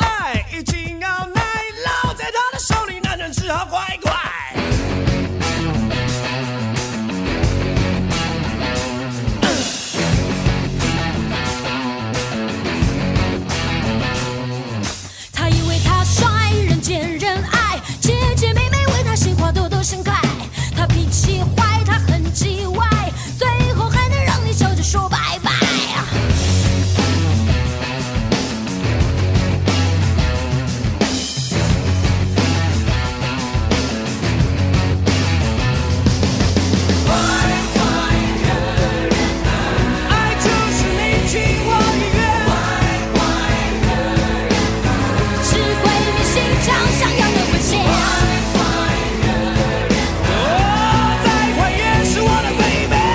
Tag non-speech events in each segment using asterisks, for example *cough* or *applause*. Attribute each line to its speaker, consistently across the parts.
Speaker 1: 爱，一真傲奶，落在他的手里，男人只好乖乖。
Speaker 2: 他以为他帅，人见人爱，姐姐妹妹为他心花朵朵盛开。他脾气坏，他很叽歪，最后还能让你笑着说拜拜。
Speaker 1: 爱就是你情我愿，
Speaker 2: 只会迷心肠，想要的危险。
Speaker 1: 哦，再坏也是我的 baby。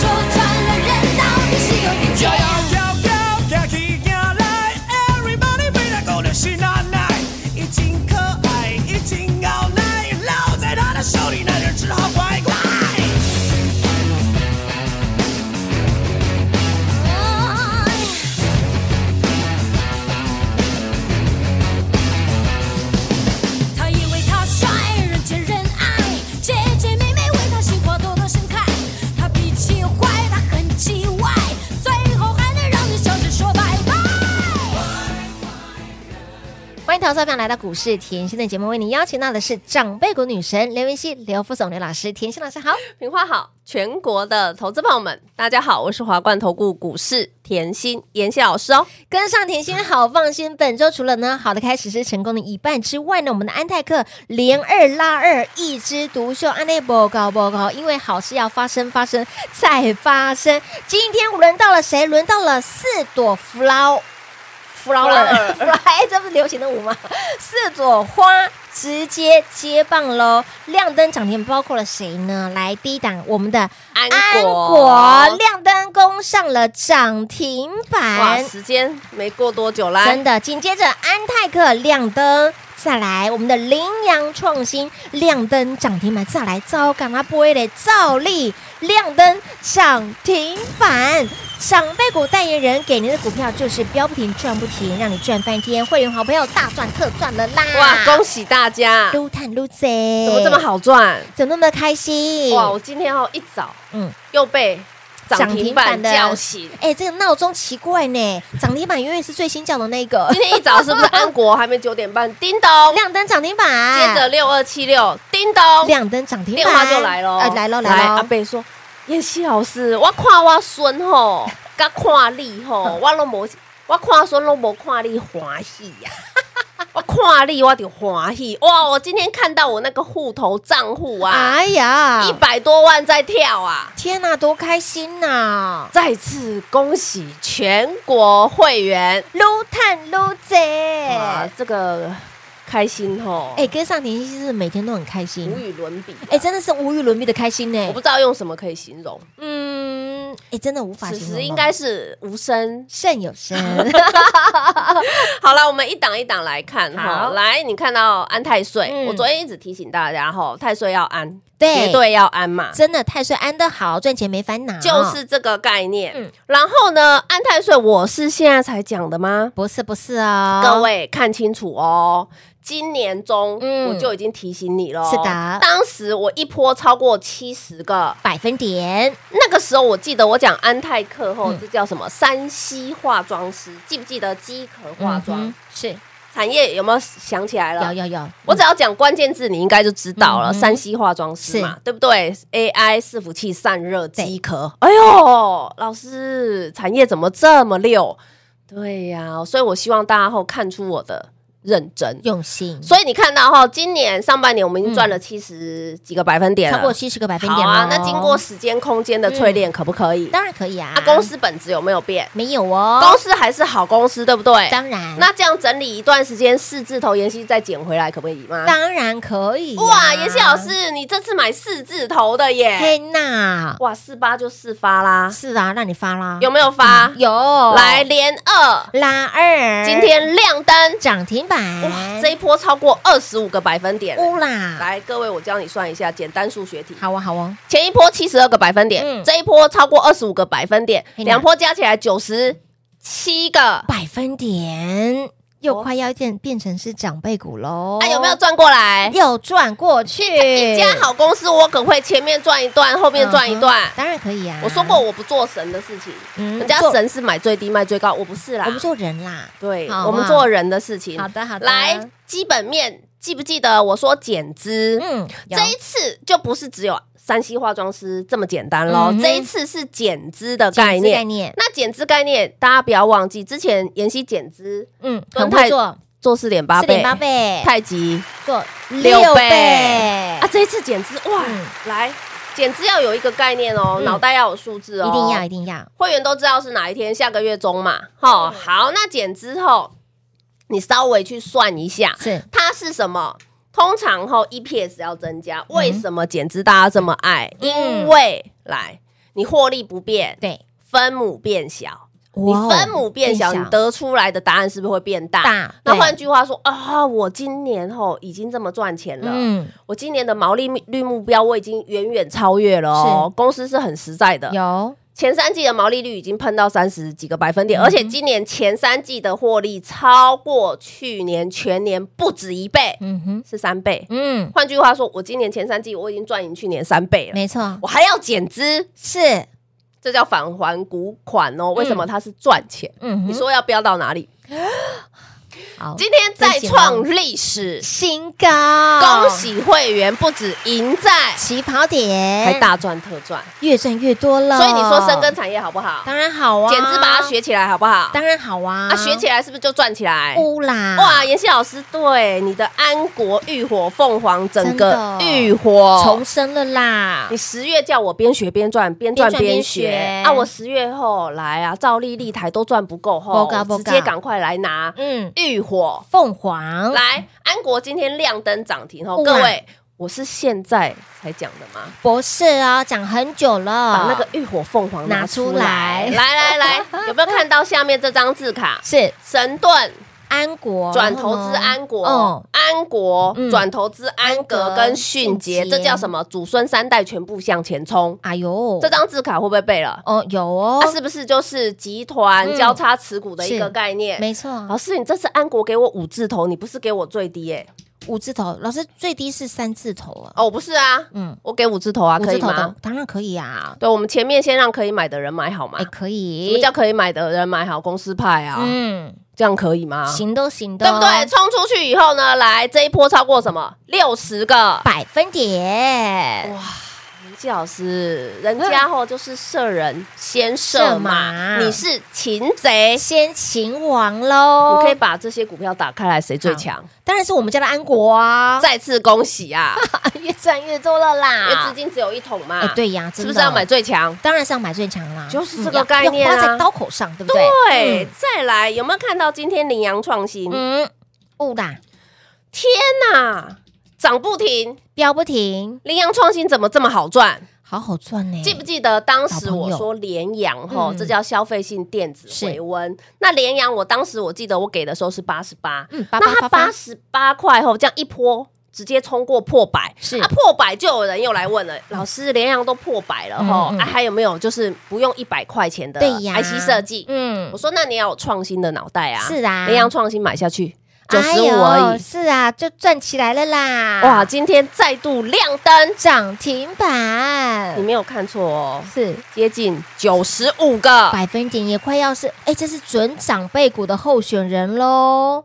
Speaker 2: 说穿了，人到底是有点
Speaker 1: 摇
Speaker 2: 贱。
Speaker 1: 摇叫叫，行去行来，Everybody 别来搞的是奶奶，一真可爱，一真傲奶，落在他的手里，男人只好乖乖。
Speaker 2: 他以为他帅，人见人爱，姐姐妹妹为他心花朵朵盛开。他脾气坏，他很叽歪，最后还能让你笑着说拜拜。
Speaker 3: 欢迎投资者朋友来到股市甜心的节目，为您邀请到的是长辈股女神刘云熙、刘副总、刘老师。甜心老师好，
Speaker 4: 平花好，全国的投资朋友们，大家好，我是华冠投顾股市甜心妍希老师哦。
Speaker 3: 跟上甜心好放心。本周除了呢好的开始是成功的一半之外呢，我们的安泰克连二拉二，一枝独秀，安内不高不高，因为好事要发生，发生再发生。今天轮到了谁？轮到了四朵弗劳。弗劳尔，弗劳尔，哎，这不是流行的舞吗？四朵花直接接棒喽！亮灯涨停包括了谁呢？来，第一档我们的
Speaker 4: 安
Speaker 3: 安
Speaker 4: 国
Speaker 3: 国亮灯攻上了涨停
Speaker 4: 哇，
Speaker 3: 板，
Speaker 4: 时间没过多久啦，
Speaker 3: 真的。紧接着安泰克亮灯，再来我们的羚羊创新亮灯涨停板，再来糟港阿波的照例亮灯涨停板。长辈股代言人给您的股票就是标不停赚不停，让你赚翻天，会员好朋友大赚特赚了啦！
Speaker 4: 哇，恭喜大家，
Speaker 3: 撸探撸贼，
Speaker 4: 怎么这么？好赚？
Speaker 3: 怎么那么开心？
Speaker 4: 哇，我今天哦一早，
Speaker 3: 嗯
Speaker 4: 嗯，又被涨停板
Speaker 3: 的
Speaker 4: 叫醒。
Speaker 3: 哎、这个闹钟奇怪呢，涨停板永远是最新叫的那个
Speaker 4: 今。天一早是不是安国还没九点半？叮 *laughs* 咚，
Speaker 3: 亮灯涨停板，
Speaker 4: 接着六二七六，叮咚，
Speaker 3: 亮灯涨停板，
Speaker 4: 哦电话就来喽、
Speaker 3: 呃来喽
Speaker 4: 来
Speaker 3: 来
Speaker 4: 阿
Speaker 3: 喽，
Speaker 4: 贝说，妍希老师，我看我孙吼， *laughs* 甲看
Speaker 3: *laughs*
Speaker 4: 你吼，我拢无，我看孙拢无看你欢喜呀、 *laughs* 我看你我就欢喜，哇！我今天看到我那个户头账户啊，
Speaker 3: 哎呀
Speaker 4: 一，百、多万在跳啊！
Speaker 3: 天哪、多开心呐、
Speaker 4: 再次恭喜全国会员，
Speaker 3: 撸探撸
Speaker 4: 哇
Speaker 3: 贼，，
Speaker 4: 这个开心吼，
Speaker 3: 哎，跟上田心是每天都很开心
Speaker 4: 无，与伦比、啊
Speaker 3: 哎、真的是无与伦比的开心呢、
Speaker 4: 我不知道用什么可以形容，
Speaker 3: 嗯，哎、真的无法
Speaker 4: 此
Speaker 3: 形容哦，
Speaker 4: 时应该是无声
Speaker 3: 胜有胜，
Speaker 4: 好了，我们一档一档来看哈。来，你看到安太岁，
Speaker 3: 嗯
Speaker 4: 我昨天一直提醒大家哈，太岁要安，
Speaker 3: 对啊
Speaker 4: 绝对要安嘛，
Speaker 3: *laughs* 真的太岁安得好，赚钱没烦恼，
Speaker 4: 就是这个概念。
Speaker 3: 嗯
Speaker 4: 然后呢，安太岁我是现在才讲的吗？
Speaker 3: 不是不是哦，
Speaker 4: 各位看清楚哦。今年中
Speaker 3: 嗯
Speaker 4: 我就已经提醒你了，哦
Speaker 3: 是的
Speaker 4: 当时我一波超过七十个，
Speaker 3: 百分点，
Speaker 4: 那个时候我记得我讲安泰课后，
Speaker 3: 嗯
Speaker 4: 这叫什么？山西化妆师，记不记得机壳化妆、
Speaker 3: 嗯哼是
Speaker 4: 产业有没有想起来了？
Speaker 3: 有有有，
Speaker 4: 我只要讲关键字，你应该就知道了。
Speaker 3: 嗯哼
Speaker 4: 山西化妆师嘛，对不对？AI 伺服器散热机壳。哎呦，老师，产业怎么这么溜？对呀、所以我希望大家后看出我的认真。
Speaker 3: 用心，
Speaker 4: 所以你看到哈，今年上半年我们已经赚了七十几个百分点
Speaker 3: 嗯
Speaker 4: 了，
Speaker 3: 超过七十个百分
Speaker 4: 好
Speaker 3: 点
Speaker 4: 啊
Speaker 3: 咯。
Speaker 4: 那经过时间空间的淬炼，可不可以？
Speaker 3: 当然可以啊
Speaker 4: 那，公司本质有没有变？
Speaker 3: 没有哦，
Speaker 4: 公司还是好公司，对不对？
Speaker 3: 当然，
Speaker 4: 那这样整理一段时间，四字头妍希再捡回来，可不可以吗？
Speaker 3: 当然可以啊。
Speaker 4: 哇，妍希老师，你这次买四字头的耶！
Speaker 3: 嘿娜，
Speaker 4: 哇，四八就四发啦，
Speaker 3: 是啊，让你发啦，
Speaker 4: 有没有发？
Speaker 3: 嗯有哎
Speaker 4: 来连二，
Speaker 3: 拉二，
Speaker 4: 今天亮灯，
Speaker 3: 涨停板，
Speaker 4: 哇，这一波超过二十五个百分点。
Speaker 3: 乌啦，
Speaker 4: 来，各位，我教你算一下简单数学题。
Speaker 3: 好啊好啊，
Speaker 4: 前一波七十二个百分点，
Speaker 3: 嗯
Speaker 4: 这一波超过二十五个百分点，
Speaker 3: 嘿呐哦
Speaker 4: 两波加起来九十七个。
Speaker 3: 百分点又快要变变成是长辈股喽，
Speaker 4: 哦啊那、有没有赚过来？
Speaker 3: 又转过去？
Speaker 4: 一家好公司，我可会前面赚一段，后面赚一段
Speaker 3: 嗯哼。当然可以啊，
Speaker 4: 我说过，我不做神的事情，
Speaker 3: 嗯
Speaker 4: 人家
Speaker 3: 做
Speaker 4: 神是买最低卖最高，我不是啦
Speaker 3: 我。们做人啦，
Speaker 4: 对，
Speaker 3: 好啊
Speaker 4: 我们做人的事情。
Speaker 3: 好的好的
Speaker 4: 来基本面，记不记得我说减资？
Speaker 3: 嗯，有
Speaker 4: 这一次就不是只有山西化妆师这么简单喽
Speaker 3: 嗯，哼
Speaker 4: 这一次是减资的
Speaker 3: 减
Speaker 4: 概
Speaker 3: 资
Speaker 4: 念。
Speaker 3: 概念，
Speaker 4: 那减资概念，大家不要忘记，之前妍希减资
Speaker 3: 嗯，
Speaker 4: 跟
Speaker 3: 很会
Speaker 4: 泰
Speaker 3: 做，
Speaker 4: 做四点八
Speaker 3: 四点
Speaker 4: 倍，
Speaker 3: 八倍，
Speaker 4: 太极
Speaker 3: 做
Speaker 4: 六
Speaker 3: 六
Speaker 4: 倍
Speaker 3: 倍
Speaker 4: 啊，，这一次减资哇，
Speaker 3: 嗯
Speaker 4: 来减资要有一个概念哦，
Speaker 3: 嗯
Speaker 4: 脑袋要有数字哦，
Speaker 3: 一定要一定要，
Speaker 4: 会员都知道是哪一天，下个月中嘛，哈、
Speaker 3: 嗯
Speaker 4: 好，那减资后，你稍微去算一下，
Speaker 3: 是
Speaker 4: 它是什么？通常后 EPS 要增加，为什么减资大家这么爱？
Speaker 3: 嗯
Speaker 4: 因为来你获利不变，
Speaker 3: 对，
Speaker 4: 分母变小。你
Speaker 3: 哇哦
Speaker 4: 分母变小，
Speaker 3: 变
Speaker 4: 你得出来的答案是不是会变大？
Speaker 3: 大
Speaker 4: 那
Speaker 3: 对
Speaker 4: 换句话说啊，我今年吼已经这么赚钱了，
Speaker 3: 嗯，
Speaker 4: 我今年的毛利率目标我已经远远超越了哦。公司是很实在的，
Speaker 3: 有
Speaker 4: 前三季的毛利率已经喷到三十几个百分点，
Speaker 3: 嗯哼
Speaker 4: 而且今年前三季的获利超过去年全年不止一倍，
Speaker 3: 嗯哼，
Speaker 4: 是三倍。
Speaker 3: 嗯，
Speaker 4: 换句话说，我今年前三季我已经赚赢去年三倍了，
Speaker 3: 没错，
Speaker 4: 我还要减资，
Speaker 3: 是，
Speaker 4: 这叫返还股款哦。为什么它是赚钱？
Speaker 3: 嗯
Speaker 4: 你
Speaker 3: 哼，哦
Speaker 4: 说要飙到哪里？
Speaker 3: 好，
Speaker 4: 今天再
Speaker 3: 真紧张
Speaker 4: 创历史，
Speaker 3: 新高，
Speaker 4: 恭喜会员不止赢在，
Speaker 3: 起跑点，
Speaker 4: 还大赚特赚。
Speaker 3: 越赚越多了，
Speaker 4: 所以你说深耕产业好不好？
Speaker 3: 哦当然好啊，
Speaker 4: 减资把它，学起来好不好？
Speaker 3: 当然好啊，
Speaker 4: 啊，学起来是不是就赚起来？
Speaker 3: 乌啦，
Speaker 4: 哇，妍希老师，对你的安国浴火凤凰，整个
Speaker 3: 真的
Speaker 4: 浴火
Speaker 3: 重生了啦
Speaker 4: 你，十月叫我边学边赚，边赚
Speaker 3: 边赚
Speaker 4: 边
Speaker 3: 边
Speaker 4: 学
Speaker 3: 学
Speaker 4: 啊！我十月后来啊，照例立台都赚不够后
Speaker 3: 不够，不
Speaker 4: 直
Speaker 3: 够
Speaker 4: 接赶快来拿
Speaker 3: 嗯，
Speaker 4: 浴火
Speaker 3: 凤凰
Speaker 4: 来。安国今天亮灯涨停哦，
Speaker 3: 嗯哇
Speaker 4: 各位，我是现在才讲的吗？
Speaker 3: 博士啊，讲很久
Speaker 4: 把
Speaker 3: 了，
Speaker 4: 那个浴火凤凰拿
Speaker 3: 拿出
Speaker 4: 出来，
Speaker 3: 来
Speaker 4: 来来来，有没有看到下面这张字卡？
Speaker 3: 是
Speaker 4: 神盾
Speaker 3: 安国
Speaker 4: 转投资安国，
Speaker 3: 哦嗯
Speaker 4: 安国
Speaker 3: 嗯
Speaker 4: 转投资安
Speaker 3: 安
Speaker 4: 格
Speaker 3: 格
Speaker 4: 跟迅捷，
Speaker 3: 迅
Speaker 4: 这
Speaker 3: 捷
Speaker 4: 叫什么？祖孙三代全部向前冲。
Speaker 3: 哎呦，
Speaker 4: 这张字卡会不会背了？啊
Speaker 3: 哦有哦
Speaker 4: 它，是不是就是集团
Speaker 3: 嗯
Speaker 4: 交叉持股的一个
Speaker 3: 是
Speaker 4: 概念？
Speaker 3: 没错，
Speaker 4: 老师，你这次安国给我五字头，你不是给我最低耶？
Speaker 3: 五字头，老师最低是三字头啊，
Speaker 4: 哦，不是啊，
Speaker 3: 嗯，
Speaker 4: 我给五字头啊，
Speaker 3: 五
Speaker 4: 可
Speaker 3: 字
Speaker 4: 以
Speaker 3: 头的
Speaker 4: 吗？
Speaker 3: 当然可以啊，
Speaker 4: 对，我们前面先让可以买的人买好嘛
Speaker 3: 哎。可
Speaker 4: 什么
Speaker 3: 以
Speaker 4: 叫，可以买的人买好？公司派啊，
Speaker 3: 嗯，
Speaker 4: 这样可以吗？
Speaker 3: 行都行的，
Speaker 4: 对不对？？冲出去以后呢，来这一波超过什么？六十个。
Speaker 3: 百分点，
Speaker 4: 季老师，人家吼就是射人先
Speaker 3: 射
Speaker 4: 射马，
Speaker 3: 马
Speaker 4: 你是擒贼。
Speaker 3: 先秦王喽！
Speaker 4: 你可以把这些股票打开来，谁最强？
Speaker 3: 当然是我们家的安国啊，
Speaker 4: 再次恭喜
Speaker 3: *laughs*
Speaker 4: 啊！
Speaker 3: 越赚越多了
Speaker 4: 因为资
Speaker 3: 啦。
Speaker 4: 金只有一桶嘛
Speaker 3: 哎，，对呀，
Speaker 4: 是
Speaker 3: 真
Speaker 4: 不
Speaker 3: 的
Speaker 4: 是要买？最强？
Speaker 3: 当然是要买最强啦，
Speaker 4: 就是
Speaker 3: 嗯
Speaker 4: 这个
Speaker 3: 要
Speaker 4: 概念啊
Speaker 3: 要花在刀口上，对不对？啊
Speaker 4: 对，再来有没有看到今天羚羊创新？
Speaker 3: 嗯，不啦，
Speaker 4: 天哪，涨不停！
Speaker 3: 飙不停，
Speaker 4: 羚羊创新怎么这么好赚？
Speaker 3: 好好赚呢。
Speaker 4: 记不记得当
Speaker 3: 小
Speaker 4: 时
Speaker 3: 朋
Speaker 4: 我
Speaker 3: 友
Speaker 4: 说联阳吼，
Speaker 3: 嗯
Speaker 4: 这叫消费性电子
Speaker 3: 是
Speaker 4: 回温。那联阳我当时我记得我给的时候是八十八，
Speaker 3: 嗯，八
Speaker 4: 那它
Speaker 3: 八八
Speaker 4: 八
Speaker 3: 八，
Speaker 4: 十八块后，这样一波直接冲过破百，
Speaker 3: 是嗯
Speaker 4: 啊，破百就有人又来问了，老师联阳都破百了吼，
Speaker 3: 嗯嗯
Speaker 4: 啊，还有没有就是不用一百块钱的
Speaker 3: 对呀
Speaker 4: IC 设计？
Speaker 3: 嗯
Speaker 4: 我，说那你要有创新的脑袋啊，
Speaker 3: 是啊
Speaker 4: 联阳创新买下去九
Speaker 3: 哎
Speaker 4: 十
Speaker 3: 呦
Speaker 4: 五而已，
Speaker 3: 是啊，就赚起来了啦！
Speaker 4: 哇，，今天再度亮灯，
Speaker 3: 涨停
Speaker 4: 你
Speaker 3: 板
Speaker 4: 没有看错哦，
Speaker 3: 是
Speaker 4: 接近九十五个，
Speaker 3: 百分点也快要是，哎，这是准长辈股的候选人喽。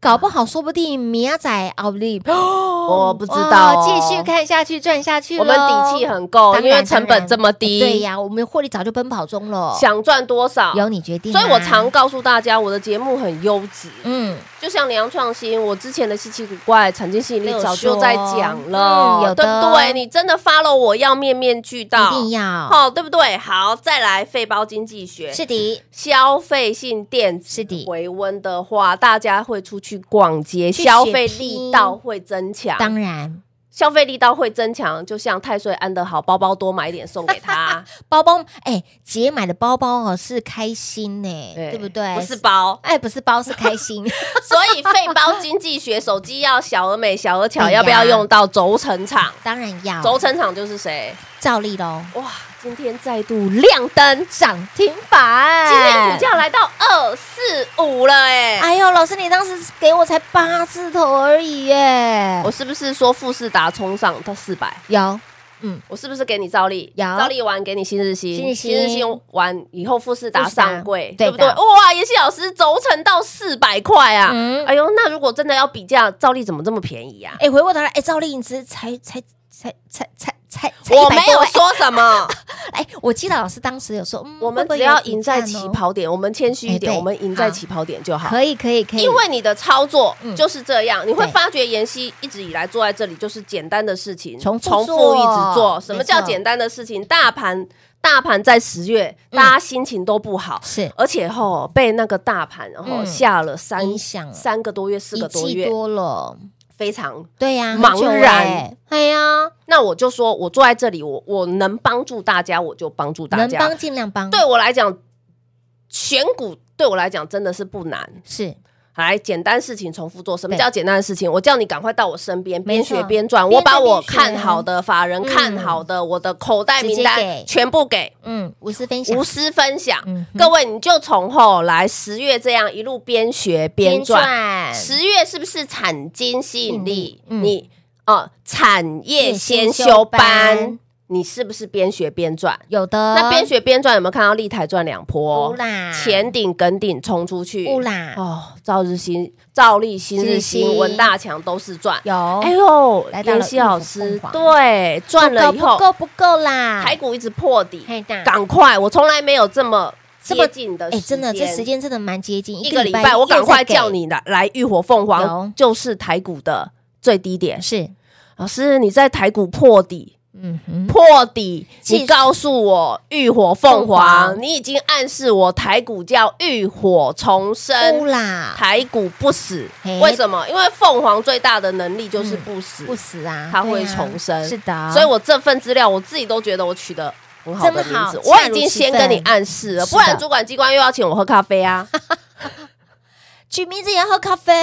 Speaker 3: 搞不好，说不定明仔奥利，
Speaker 4: 我不知道
Speaker 3: 哇
Speaker 4: 哦
Speaker 3: 哦继续看下去，赚下去咯。
Speaker 4: 我们底气很够，
Speaker 3: 当然
Speaker 4: 因为成本这么低，
Speaker 3: 对呀，我们获利早就奔跑中了，
Speaker 4: 想赚多少，
Speaker 3: 由你决定啊。
Speaker 4: 所以我常告诉大家，我的节目很优质，
Speaker 3: 嗯
Speaker 4: 就像羚羊创新，我之前的稀奇古怪、产经吸引力
Speaker 3: 都有
Speaker 4: 早就在讲
Speaker 3: 说
Speaker 4: 了，
Speaker 3: 嗯有的
Speaker 4: 对不对？你真的 follow 我要面面俱到，
Speaker 3: 一定要，
Speaker 4: 好、对不对？好，再来费包经济学，
Speaker 3: 是的，
Speaker 4: 消费性电子
Speaker 3: 是的
Speaker 4: 回温的话，大家会出去逛街，
Speaker 3: 去
Speaker 4: 消费
Speaker 3: shopping
Speaker 4: 力道会增强，
Speaker 3: 当然，
Speaker 4: 消费力道会增强，就像太岁安的好，包包多买一点送给
Speaker 3: *laughs*
Speaker 4: 他，
Speaker 3: 包包，哎，姐买的包包哦是开心呢，
Speaker 4: 哎
Speaker 3: 对不对？
Speaker 4: 不是，包，
Speaker 3: 哎，不是包是开
Speaker 4: *laughs*
Speaker 3: 心，
Speaker 4: 所以费包经济学，手机要小而美，小而巧，
Speaker 3: 哎呀
Speaker 4: 要不要用到轴承厂？
Speaker 3: 当然要
Speaker 4: 轴承厂就是谁？
Speaker 3: 照例喽，
Speaker 4: 哇，今天再度亮灯，
Speaker 3: 涨停板，
Speaker 4: 今天股价来到二四五了，哎，
Speaker 3: 哎呦，老师，你当时给我才八字头而已耶
Speaker 4: 我！是不是说富士达冲上到四百？
Speaker 3: 有
Speaker 4: 我是不是给你照例？
Speaker 3: 有
Speaker 4: 照例完给你新日新，
Speaker 3: 新日新
Speaker 4: 日新完以后富士达
Speaker 3: 富士达
Speaker 4: 上柜，
Speaker 3: 对的
Speaker 4: 对不对？哇，妍希老师轴承到四百块啊！
Speaker 3: 嗯
Speaker 4: 哎呦，那如果真的要比价，照例怎么这么便宜呀、啊
Speaker 3: 哎、回过头来，哎、赵丽颖只才才才才才才才
Speaker 4: 我
Speaker 3: 100
Speaker 4: 没
Speaker 3: 多
Speaker 4: 有
Speaker 3: 哎
Speaker 4: 说
Speaker 3: *laughs*
Speaker 4: 什么，
Speaker 3: 哎、我记得老师当时有说，嗯，
Speaker 4: 我
Speaker 3: 会
Speaker 4: 们
Speaker 3: 不会
Speaker 4: 只要
Speaker 3: 有比
Speaker 4: 赢在
Speaker 3: 战
Speaker 4: 起
Speaker 3: 哦，
Speaker 4: 跑点，我们谦虚一点，
Speaker 3: 哎对
Speaker 4: 我们赢在起跑点就好。
Speaker 3: 可以可以可以，
Speaker 4: 因为你的操作
Speaker 3: 嗯
Speaker 4: 就是这样，你会
Speaker 3: 对
Speaker 4: 发觉妍希一直以来坐在这里就是简单的事情，
Speaker 3: 重复
Speaker 4: 重复
Speaker 3: 做
Speaker 4: 一直做。什么
Speaker 3: 没
Speaker 4: 叫
Speaker 3: 错
Speaker 4: 简单的事情？大盘大盘在十月，
Speaker 3: 嗯
Speaker 4: 大家心情都不好，
Speaker 3: 是
Speaker 4: 而且吼被那个大盘然后
Speaker 3: 嗯
Speaker 4: 下了三
Speaker 3: 影响了
Speaker 4: 三个多月、四
Speaker 3: 一
Speaker 4: 个多
Speaker 3: 季
Speaker 4: 月，
Speaker 3: 多了，
Speaker 4: 非常。
Speaker 3: 对呀、很
Speaker 4: 茫
Speaker 3: 久
Speaker 4: 然
Speaker 3: 哎，哎呀，
Speaker 4: 那我就说，我坐在这里，我我能帮助大家，我就帮助大
Speaker 3: 能帮
Speaker 4: 家。
Speaker 3: 尽量帮，
Speaker 4: 对我来讲，选股对我来讲真的是不难。
Speaker 3: 是
Speaker 4: 来，简单事情重复做。什么
Speaker 3: 对
Speaker 4: 叫简单的事情？我叫你赶快到我身边，
Speaker 3: 没
Speaker 4: 边
Speaker 3: 错
Speaker 4: 学边赚。
Speaker 3: 边
Speaker 4: 我把
Speaker 3: 赚
Speaker 4: 我
Speaker 3: 边学嗯
Speaker 4: 看好的法人看好的，我的口袋
Speaker 3: 直
Speaker 4: 名
Speaker 3: 接
Speaker 4: 单
Speaker 3: 给
Speaker 4: 全部给，
Speaker 3: 嗯，无私分享，
Speaker 4: 无私分享。
Speaker 3: 嗯哼
Speaker 4: 各位，你就从后来十月这样一路边学边赚。
Speaker 3: 赚
Speaker 4: 十月是不是产经吸引力？
Speaker 3: 嗯嗯
Speaker 4: 你哦、呃产业
Speaker 3: 先
Speaker 4: 先修
Speaker 3: 修班
Speaker 4: 班，你是不是边学边赚？
Speaker 3: 有的
Speaker 4: 那边学边赚有没有看到立台赚两
Speaker 3: 乌
Speaker 4: 波？
Speaker 3: 啦，
Speaker 4: 前顶梗顶冲出去，
Speaker 3: 乌啦
Speaker 4: 哦，赵日新、赵立新、日
Speaker 3: 日
Speaker 4: 新、
Speaker 3: 新
Speaker 4: 文大强都是赚。
Speaker 3: 有，
Speaker 4: 哎呦
Speaker 3: 来，到了
Speaker 4: 妍希老
Speaker 3: 浴
Speaker 4: 师
Speaker 3: 火凤凰
Speaker 4: 对赚了以
Speaker 3: 不够
Speaker 4: 后，
Speaker 3: 不够不够啦，
Speaker 4: 台股一直破底，
Speaker 3: 嘿的
Speaker 4: 赶快！我从来没有这么
Speaker 3: 这么
Speaker 4: 接近的
Speaker 3: 哎、真的，这时
Speaker 4: 间。
Speaker 3: 间真的蛮接近，
Speaker 4: 一个礼拜，我
Speaker 3: 又
Speaker 4: 赶快
Speaker 3: 再给
Speaker 4: 叫你来来浴火凤
Speaker 3: 有
Speaker 4: 凰，就是台股的最低点。
Speaker 3: 是，
Speaker 4: 老师，你在台股破底，
Speaker 3: 嗯哼，
Speaker 4: 破底，
Speaker 3: 技术
Speaker 4: 你告诉我浴火
Speaker 3: 凤
Speaker 4: 凤
Speaker 3: 凰
Speaker 4: 凰，你已经暗示我台股叫浴火重
Speaker 3: 乌
Speaker 4: 生，
Speaker 3: 啦，
Speaker 4: 台股不死
Speaker 3: 嘿。嗯
Speaker 4: 为什么？因为凤凰最大的能力就是不死，
Speaker 3: 不死啊，
Speaker 4: 它会
Speaker 3: 对啊
Speaker 4: 重生
Speaker 3: 是的，
Speaker 4: 所以我这份资料我自己都觉得我取得很好的
Speaker 3: 真
Speaker 4: 名
Speaker 3: 好
Speaker 4: 字，我
Speaker 3: 恰
Speaker 4: 已
Speaker 3: 如
Speaker 4: 经
Speaker 3: 其
Speaker 4: 先跟你
Speaker 3: 分
Speaker 4: 暗示了，
Speaker 3: 是
Speaker 4: 不然
Speaker 3: 的
Speaker 4: 主管机关又要请我喝咖
Speaker 3: *laughs*
Speaker 4: 啡啊。
Speaker 3: 取名字也要喝咖
Speaker 4: *laughs*
Speaker 3: 啡，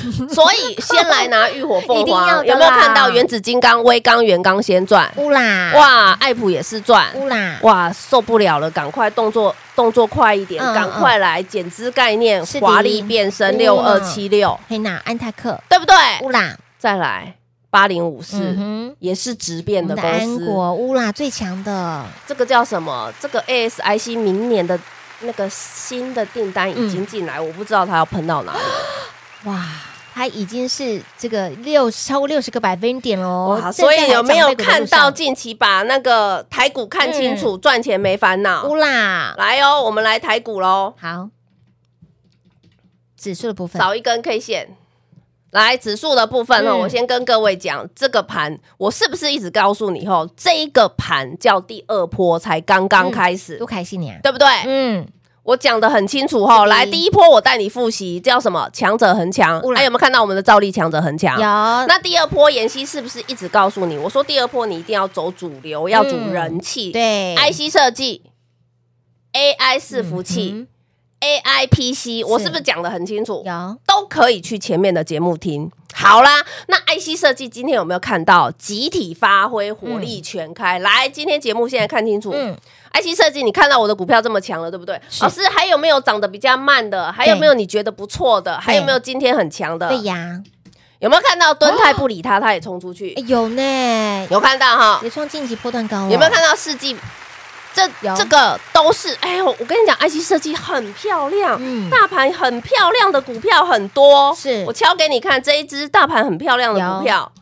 Speaker 3: *laughs*
Speaker 4: 所以先来拿浴火凤
Speaker 3: 一定要的啦
Speaker 4: 凰，有没有看到原子金刚、微刚、元刚先赚？
Speaker 3: 乌啦，
Speaker 4: 哇，爱普也是赚，
Speaker 3: 乌啦，
Speaker 4: 哇，受不了了，赶快动作动作快一点，
Speaker 3: 嗯
Speaker 4: 赶快来减资概念
Speaker 3: 是，的
Speaker 4: 华丽变身
Speaker 3: 嗯
Speaker 4: 六二七六，
Speaker 3: 黑娜安泰克，
Speaker 4: 对不对？
Speaker 3: 乌啦，
Speaker 4: 再来八零五
Speaker 3: 嗯
Speaker 4: 四。
Speaker 3: 哼
Speaker 4: 也是直
Speaker 3: 我
Speaker 4: 变
Speaker 3: 们的
Speaker 4: 的公
Speaker 3: 安
Speaker 4: 司，
Speaker 3: 国乌啦最强的，
Speaker 4: 这个叫什么？这个 ASIC 明年的那个新的订单已
Speaker 3: 嗯
Speaker 4: 经进来，我不知道它要喷到哪里。
Speaker 3: 哇，它已经是这个六超过六十个百分点哦喽
Speaker 4: 哇，，哦所以有没有看到
Speaker 3: 这
Speaker 4: 近期把那个台股看清
Speaker 3: 嗯
Speaker 4: 楚，赚钱没烦恼
Speaker 3: 乌？啦？
Speaker 4: 来哦，我们来台股喽，
Speaker 3: 好，指数的部分，
Speaker 4: 找一根 K 线。来指数的部分哦，
Speaker 3: 嗯
Speaker 4: 我先跟各位讲，这个盘我是不是一直告诉你哦，这一个盘叫第二波才刚刚开始，
Speaker 3: 多开心你啊，
Speaker 4: 对不对？
Speaker 3: 嗯，
Speaker 4: 我讲的很清楚哦。
Speaker 3: 是的
Speaker 4: 来，第一波我带你复习，叫什么？强者恒强
Speaker 3: 乌。啦
Speaker 4: 哎，有没有看到我们的照例强者恒强？
Speaker 3: 有
Speaker 4: 那第二波妍希是不是一直告诉你？我说第二波你一定要走主流，要主人气。
Speaker 3: 嗯对
Speaker 4: IC 设计、AI 伺服器
Speaker 3: 嗯、
Speaker 4: AI PC，我是不是讲的很清楚？
Speaker 3: 有
Speaker 4: 都可以去前面的节目听。好啦，那 IC 设计今天有没有看到集体发挥，火力全开？来，今天节目现在看清楚。
Speaker 3: 嗯
Speaker 4: IC 设计，你看到我的股票这么强了，对不对？
Speaker 3: 是
Speaker 4: 老师，还有没有涨得比较慢的？还有没有你觉得不错的？还有没有今天很强的？
Speaker 3: 对呀，
Speaker 4: 有没有看到敦泰不理他，他也冲出去
Speaker 3: 哎？有呢，
Speaker 4: 有看到哈？
Speaker 3: 也创晋级波段高了，
Speaker 4: 有没有看到世纪？这
Speaker 3: 哦有
Speaker 4: 这个都是，哎呦，我跟你讲，IC 设计很漂亮，
Speaker 3: 嗯
Speaker 4: 大盘很漂亮的股票很多。
Speaker 3: 是
Speaker 4: 我敲给你看这一只大盘很漂亮的股票，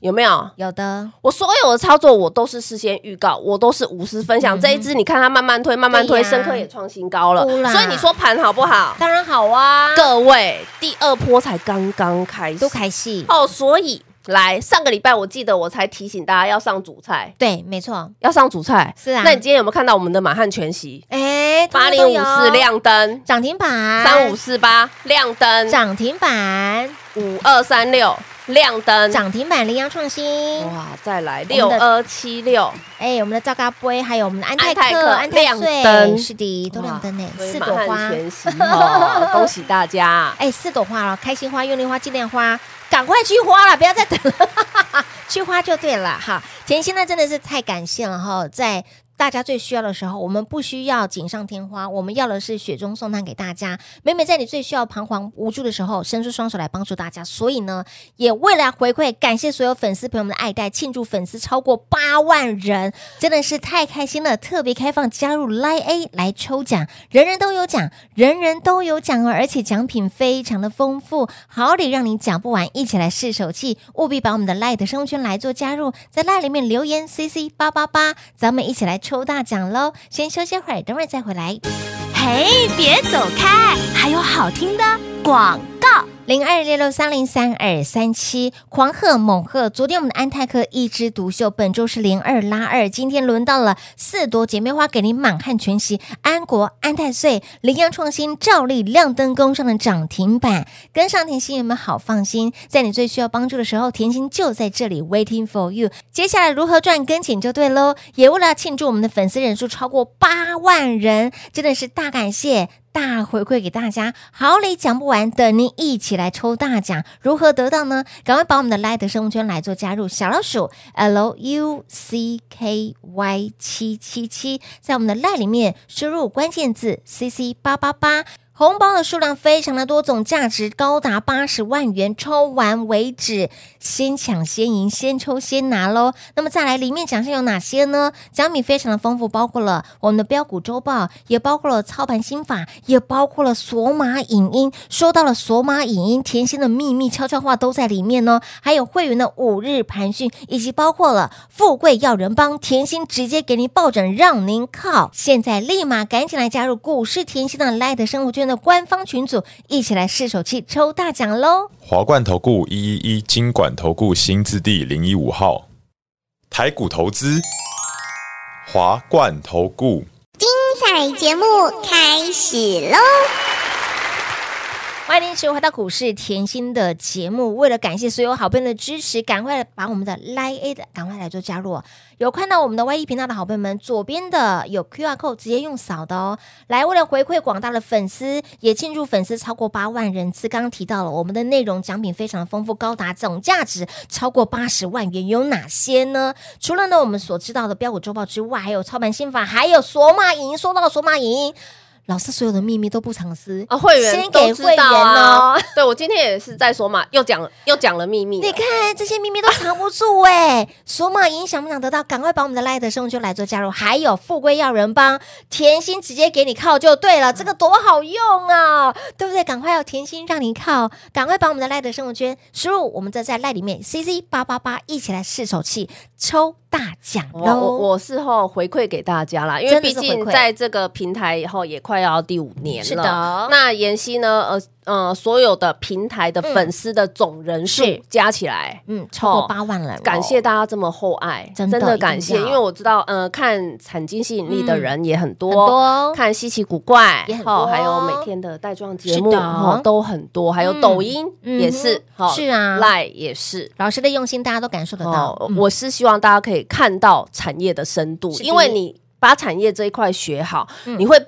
Speaker 4: 有没有？
Speaker 3: 有的，
Speaker 4: 我所有的操作我都是事先预告，我都是无私分享。这一支你看它慢慢推，慢慢推，
Speaker 3: 嗯对呀
Speaker 4: 深科也创新高了，
Speaker 3: 呼啦
Speaker 4: 所以你说盘好不好？
Speaker 3: 当然好啊，
Speaker 4: 各位，第二波才刚刚开始，
Speaker 3: 都开戏，
Speaker 4: 哦，所以来上个礼拜我记得我才提醒大家要上主菜，
Speaker 3: 对，没错，
Speaker 4: 要上主菜。
Speaker 3: 是啊
Speaker 4: 那你今天有没有看到我们的满汉全席
Speaker 3: 哎，通
Speaker 4: 八
Speaker 3: 通
Speaker 4: 零
Speaker 3: 都
Speaker 4: 五
Speaker 3: 有啊
Speaker 4: 四亮灯，
Speaker 3: 涨停板，
Speaker 4: 三五四八亮灯，
Speaker 3: 涨停板，
Speaker 4: 五二三六亮灯，
Speaker 3: 涨停板，羚羊创新，
Speaker 4: 哇，再来
Speaker 3: 我
Speaker 4: 六
Speaker 3: 们
Speaker 4: 二七六，
Speaker 3: 哎，我们的赵嘎杯，还有我们的安泰
Speaker 4: 安泰
Speaker 3: 克、
Speaker 4: 克
Speaker 3: 安泰
Speaker 4: 亮
Speaker 3: 税
Speaker 4: 灯
Speaker 3: 是的，都亮灯呢，欸
Speaker 4: 哇
Speaker 3: 四朵
Speaker 4: 满
Speaker 3: 花
Speaker 4: 汉，全席哦， *laughs* 恭喜大家！
Speaker 3: 哎，四朵花了，开心花、用力花、尽量花，赶快去花了，不要再等了， *laughs* 去花就对了哈。甜心呢真的是太感谢了哈，在。大家最需要的时候，我们不需要锦上添花，我们要的是雪中送炭给大家。每每在你最需要彷徨无助的时候，伸出双手来帮助大家。所以呢，也为了回馈感谢所有粉丝朋友们的爱戴，庆祝粉丝超过八万人，真的是太开心了！特别开放加入 Line A 来抽奖，人人都有奖，人人都有奖哦，而且奖品非常的丰富，好礼让你讲不完，一起来试手气，务必把我们的 Line 的生活圈来做加入，在 Line 里面留言 CC 八八八，咱们一起来抽大奖喽！先休息会儿，等会儿再回来。
Speaker 5: 嘿，别走开，还有好听的广告。
Speaker 3: 零二六六三零三二三七，狂贺猛贺！昨天我们的安泰克一枝独秀，本周是零二拉二，今天轮到了四朵姐妹花给你满汉全席，安国、安泰岁、羚羊创新、照例亮灯攻上的涨停板，跟上甜心有没有好放心？在你最需要帮助的时候，甜心就在这里 waiting for you。接下来如何赚，跟紧就对喽！也为了庆祝我们的粉丝人数超过八万人，真的是大感谢。大回馈给大家，好礼讲不完，等您一起来抽大奖。如何得到呢？赶快把我们的 Light 生活圈来做加入，小老鼠 L U C K Y 七七七，在我们的 Light 里面输入关键字 C C 八八八。红包的数量非常的多，总价值高达八十万元，抽完为止，先抢先赢，先抽先拿喽。那么再来，里面奖项有哪些呢？奖品非常的丰富，包括了我们的标股周报，也包括了操盘心法，也包括了索马影音。说到了索马影音，甜心的秘密悄悄话都在里面哦，还有会员的五日盘讯，以及包括了富贵要人帮，甜心直接给您抱枕，让您靠。现在立马赶紧来加入股市甜心的 Light 生活圈的官方群组，一起来试手气抽大奖喽！
Speaker 6: 华冠投顾一一一金管投顾新字第零一五号，台股投资，华冠投顾。
Speaker 7: 彩节目开始喽！
Speaker 3: 欢迎您持续回到股市甜心的节目。为了感谢所有好朋友的支持，赶快把我们的 Line A 的赶快来做加入哦。有看到我们的 YE 频道的好朋友们，左边的有 QR code 直接用扫的哦。来，为了回馈广大的粉丝，也庆祝粉丝超过八万人次。刚刚提到了我们的内容奖品非常丰富，高达总价值超过八十万元，有哪些呢？除了呢我们所知道的标股周报之外，还有操盘心法，还有索马影音。说到索马影音，老师所有的秘密都不藏私
Speaker 4: 啊，会员
Speaker 3: 先
Speaker 4: 都
Speaker 3: 给
Speaker 4: 知
Speaker 3: 会员
Speaker 4: 道
Speaker 3: 哦
Speaker 4: 啊。。对我今天也是在说嘛，又讲又讲了秘密了。
Speaker 3: 你看这些秘密都藏不住哎、索马影想不想得到？赶快把我们的 Light 生活圈来做加入，还有富贵要人帮，甜心直接给你靠就对
Speaker 4: 嗯
Speaker 3: 了，这个多好用啊，对不对？赶快要甜心让你靠，赶快把我们的 Light 生活圈输入我们这在 Light 里面 CC 八八八，一起来试手气抽大奖
Speaker 4: 我我
Speaker 3: 喽！
Speaker 4: 我事后回馈给大家啦，因
Speaker 3: 哦
Speaker 4: 为
Speaker 3: 真的
Speaker 4: 毕
Speaker 3: 是
Speaker 4: 竟
Speaker 3: 回馈
Speaker 4: 在这个平台以后也快要第五年了。
Speaker 3: 是的哦
Speaker 4: 那妍希呢？呃呃，所有的平台的
Speaker 3: 嗯
Speaker 4: 粉丝的总人数
Speaker 3: 是
Speaker 4: 加起来，
Speaker 3: 嗯，超过
Speaker 4: 哦
Speaker 3: 八万人了，
Speaker 4: 感谢大家这么厚爱，
Speaker 3: 真的
Speaker 4: 感谢，
Speaker 3: 一定
Speaker 4: 因
Speaker 3: 要嗯
Speaker 4: 为我知道，呃，看产经吸引力的人也很多，
Speaker 3: 很多哦
Speaker 4: 看稀奇古怪
Speaker 3: 也很多哦
Speaker 4: 还有每天的带状节目
Speaker 3: 是的
Speaker 4: 哦都很多，还有
Speaker 3: 嗯
Speaker 4: 抖音也是
Speaker 3: 嗯，哼是啊
Speaker 4: 赖也是。
Speaker 3: 老师的用心，大家都感受得到。
Speaker 4: 哦
Speaker 3: 嗯，
Speaker 4: 我是希望大家可以看到产业的深度
Speaker 3: 是，的嗯
Speaker 4: 因为你把产业这一块学好，你会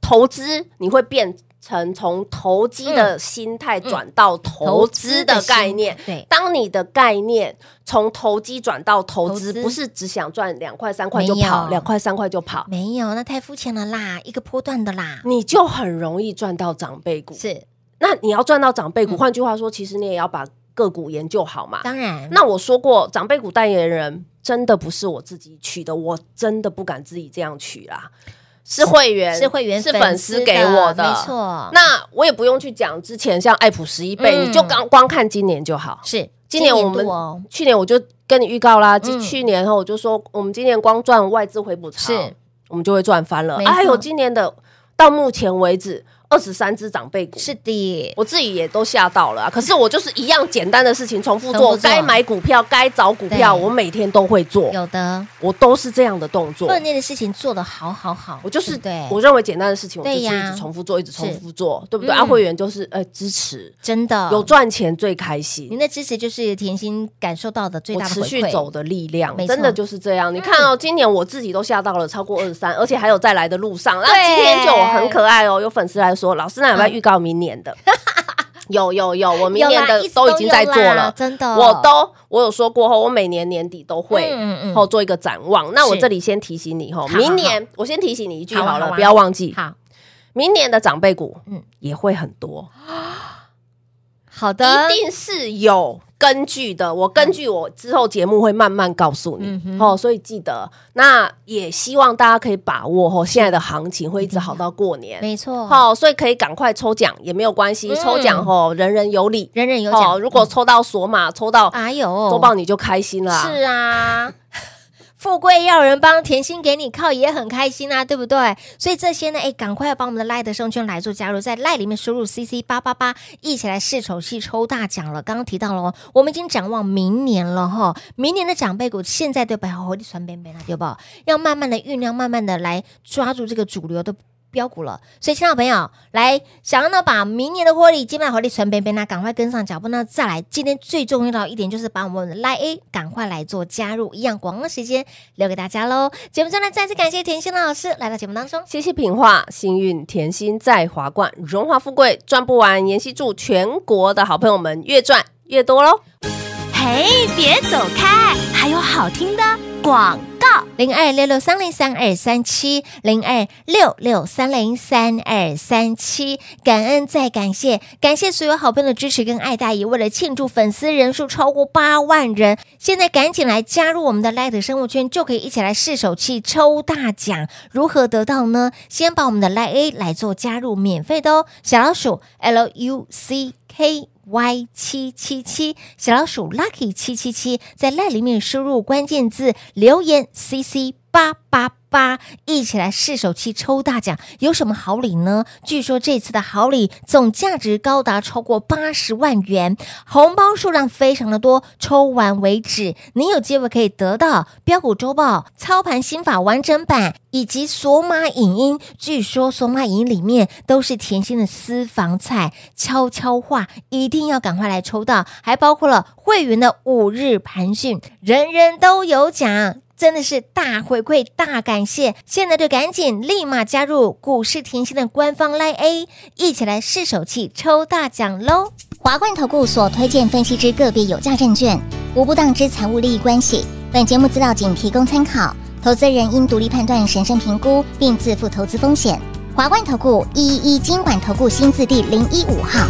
Speaker 4: 投资，你会变成从投机的心态转到投资的概念
Speaker 3: 投嗯资的心。态对
Speaker 4: 当你的概念从投机转到投
Speaker 3: 投
Speaker 4: 资，
Speaker 3: 资
Speaker 4: 不是只想赚两块三块就
Speaker 3: 没有
Speaker 4: 跑，两块三块就跑，
Speaker 3: 没有，那太肤浅了啦，一个波段的啦，
Speaker 4: 你就很容易赚到长辈股。
Speaker 3: 是嗯
Speaker 4: 那你要赚到长辈股，换句话说，其实你也要把个股研究好嘛。
Speaker 3: 当然。
Speaker 4: 那我说过，长辈股代言人真的不是我自己取的，我真的不敢自己这样取啦，是会员，
Speaker 3: 是会员
Speaker 4: 是
Speaker 3: 的
Speaker 4: 粉丝给我的，
Speaker 3: 没。错。
Speaker 4: 那我也不用去讲之前像爱普十一倍，
Speaker 3: 嗯
Speaker 4: 你就刚光看今年就好。
Speaker 3: 是
Speaker 4: 今年我
Speaker 3: 今
Speaker 4: 们
Speaker 3: 年度哦
Speaker 4: 去年我就跟你预告啦，
Speaker 3: 嗯
Speaker 4: 去年后我就说我们今年光赚外资回补潮，
Speaker 3: 是
Speaker 4: 我们就会赚翻了
Speaker 3: 没。错
Speaker 4: 哎呦，今年的到目前为止二十三只长辈股，
Speaker 3: 是的，
Speaker 4: 我自己也都吓到了啊、可是我就是一样简单的事情重复
Speaker 3: 重
Speaker 4: 做，
Speaker 3: 复做
Speaker 4: 该买股票、该找股票，
Speaker 3: 对
Speaker 4: 我每天都会做，
Speaker 3: 有的
Speaker 4: 我都是这样的动作。
Speaker 3: 分内的事情做得好好好，
Speaker 4: 我就是
Speaker 3: 对不
Speaker 4: 我
Speaker 3: 对，
Speaker 4: 认为简单的事情，我就
Speaker 3: 对
Speaker 4: 是一
Speaker 3: 呀
Speaker 4: 直重复做，一直重
Speaker 3: 是
Speaker 4: 复做，对不对？啊，
Speaker 3: 嗯哦
Speaker 4: 会员就是呃支持，
Speaker 3: 真的
Speaker 4: 有。赚钱最开心。
Speaker 3: 您的支持就是甜心感受到的最
Speaker 4: 我
Speaker 3: 大的
Speaker 4: 持
Speaker 3: 回
Speaker 4: 续
Speaker 3: 馈
Speaker 4: 走的力量
Speaker 3: 没，错嗯
Speaker 4: 真的就是这样。你看哦，今年我自己都吓到了超过二十三，而且还有再来的路上。那
Speaker 3: 对嗯
Speaker 4: 今天就有很可爱哦，有粉丝来说，老师那有没有预告明年
Speaker 3: *laughs*
Speaker 4: 的？有有有，我明
Speaker 3: 有
Speaker 4: 年
Speaker 3: 啦
Speaker 4: 的
Speaker 3: 一直
Speaker 4: 都已经在做
Speaker 3: 有啦
Speaker 4: 了。
Speaker 3: 真的，
Speaker 4: 我都我有说过后，我每年年底都会
Speaker 3: 嗯嗯嗯
Speaker 4: 后做一个展望。那我
Speaker 3: 是
Speaker 4: 这里先提醒你哈，
Speaker 3: 好
Speaker 4: 明年我先提醒你一句
Speaker 3: 好啊
Speaker 4: 好
Speaker 3: 好
Speaker 4: 了，
Speaker 3: 啊
Speaker 4: 不要忘记，
Speaker 3: 好
Speaker 4: 明年的长辈股
Speaker 3: 嗯
Speaker 4: 也会很多。
Speaker 3: 好的，
Speaker 4: 一定是有根据的。我根据我之后节目会慢慢告诉你、
Speaker 3: 嗯哼
Speaker 4: 哦，所以记得。那也希望大家可以把握哦，现在的行情会一直好到过年。
Speaker 3: 嗯没错，
Speaker 4: 哦，所以可以赶快抽奖也没有关系，
Speaker 3: 嗯
Speaker 4: 抽奖哦，人人有礼。
Speaker 3: 人人有
Speaker 4: 哦，
Speaker 3: 奖。
Speaker 4: 如果抽到索马，抽到
Speaker 3: 哎呦，
Speaker 4: 周报你就开心啦。
Speaker 3: 是啊，富贵要人帮，甜心给你靠也很开心啊，对不对？所以这些呢，哎，赶快要帮我们的赖的生圈来做加入，在赖里面输入 CC 八八八，一起来试丑戏抽大奖了。刚刚提到了哦，我们已经展望明年了哈，明年的长辈股现在对吧？好好的酸边边啦，对不？要慢慢的酝酿，慢慢的来抓住这个主流的。标股了，所以，亲爱的朋友，来想要呢把明年的获利，基本上获利存边边，那赶快跟上脚步呢。再来，今天最重要的一点就是把我们的 Line A 赶快来做加入，一样广告时间留给大家喽。节目中呢，再次感谢甜心老师来到节目当中。
Speaker 4: 谢谢品画，幸运甜心在华冠，荣华富贵赚不完。妍希祝全国的好朋友们越赚越多喽！
Speaker 5: 嘿，别走开，还有好听的广告。
Speaker 3: 零二六六三零三二三七，零二六六三零三二三七。感恩再感谢，感谢所有好朋友的支持跟爱戴。也为了庆祝粉丝人数超过八万人，现在赶紧来加入我们的 Light 生活圈，就可以一起来试手气抽大奖。如何得到呢？先把我们的 Light A 来做加入，免费的哦。小老鼠 L U C K。Y 七七七小老鼠 Lucky 七七七，在 LINE 里面输入关键字留言 CC 八八八，一起来试手气抽大奖，有什么好礼呢？据说这次的好礼总价值高达超过八十万元，红包数量非常的多，抽完为止。你有机会可以得到标股周报操盘心法完整版以及索马影音。据说索马影音里面都是甜心的私房菜，悄悄话一定要赶快来抽到，还包括了会员的五日盘讯，人人都有奖。真的是大回馈，大感谢！现在就赶紧立马加入股市甜心的官方 Line A，一起来试手气抽大奖喽！
Speaker 7: 华冠投顾所推荐分析之个别有价证券，无不当之财务利益关系。本节目资料仅提供参考，投资人应独立判断、审慎评估，并自负投资风险。华冠投顾一一一金管投顾新字第零一五号。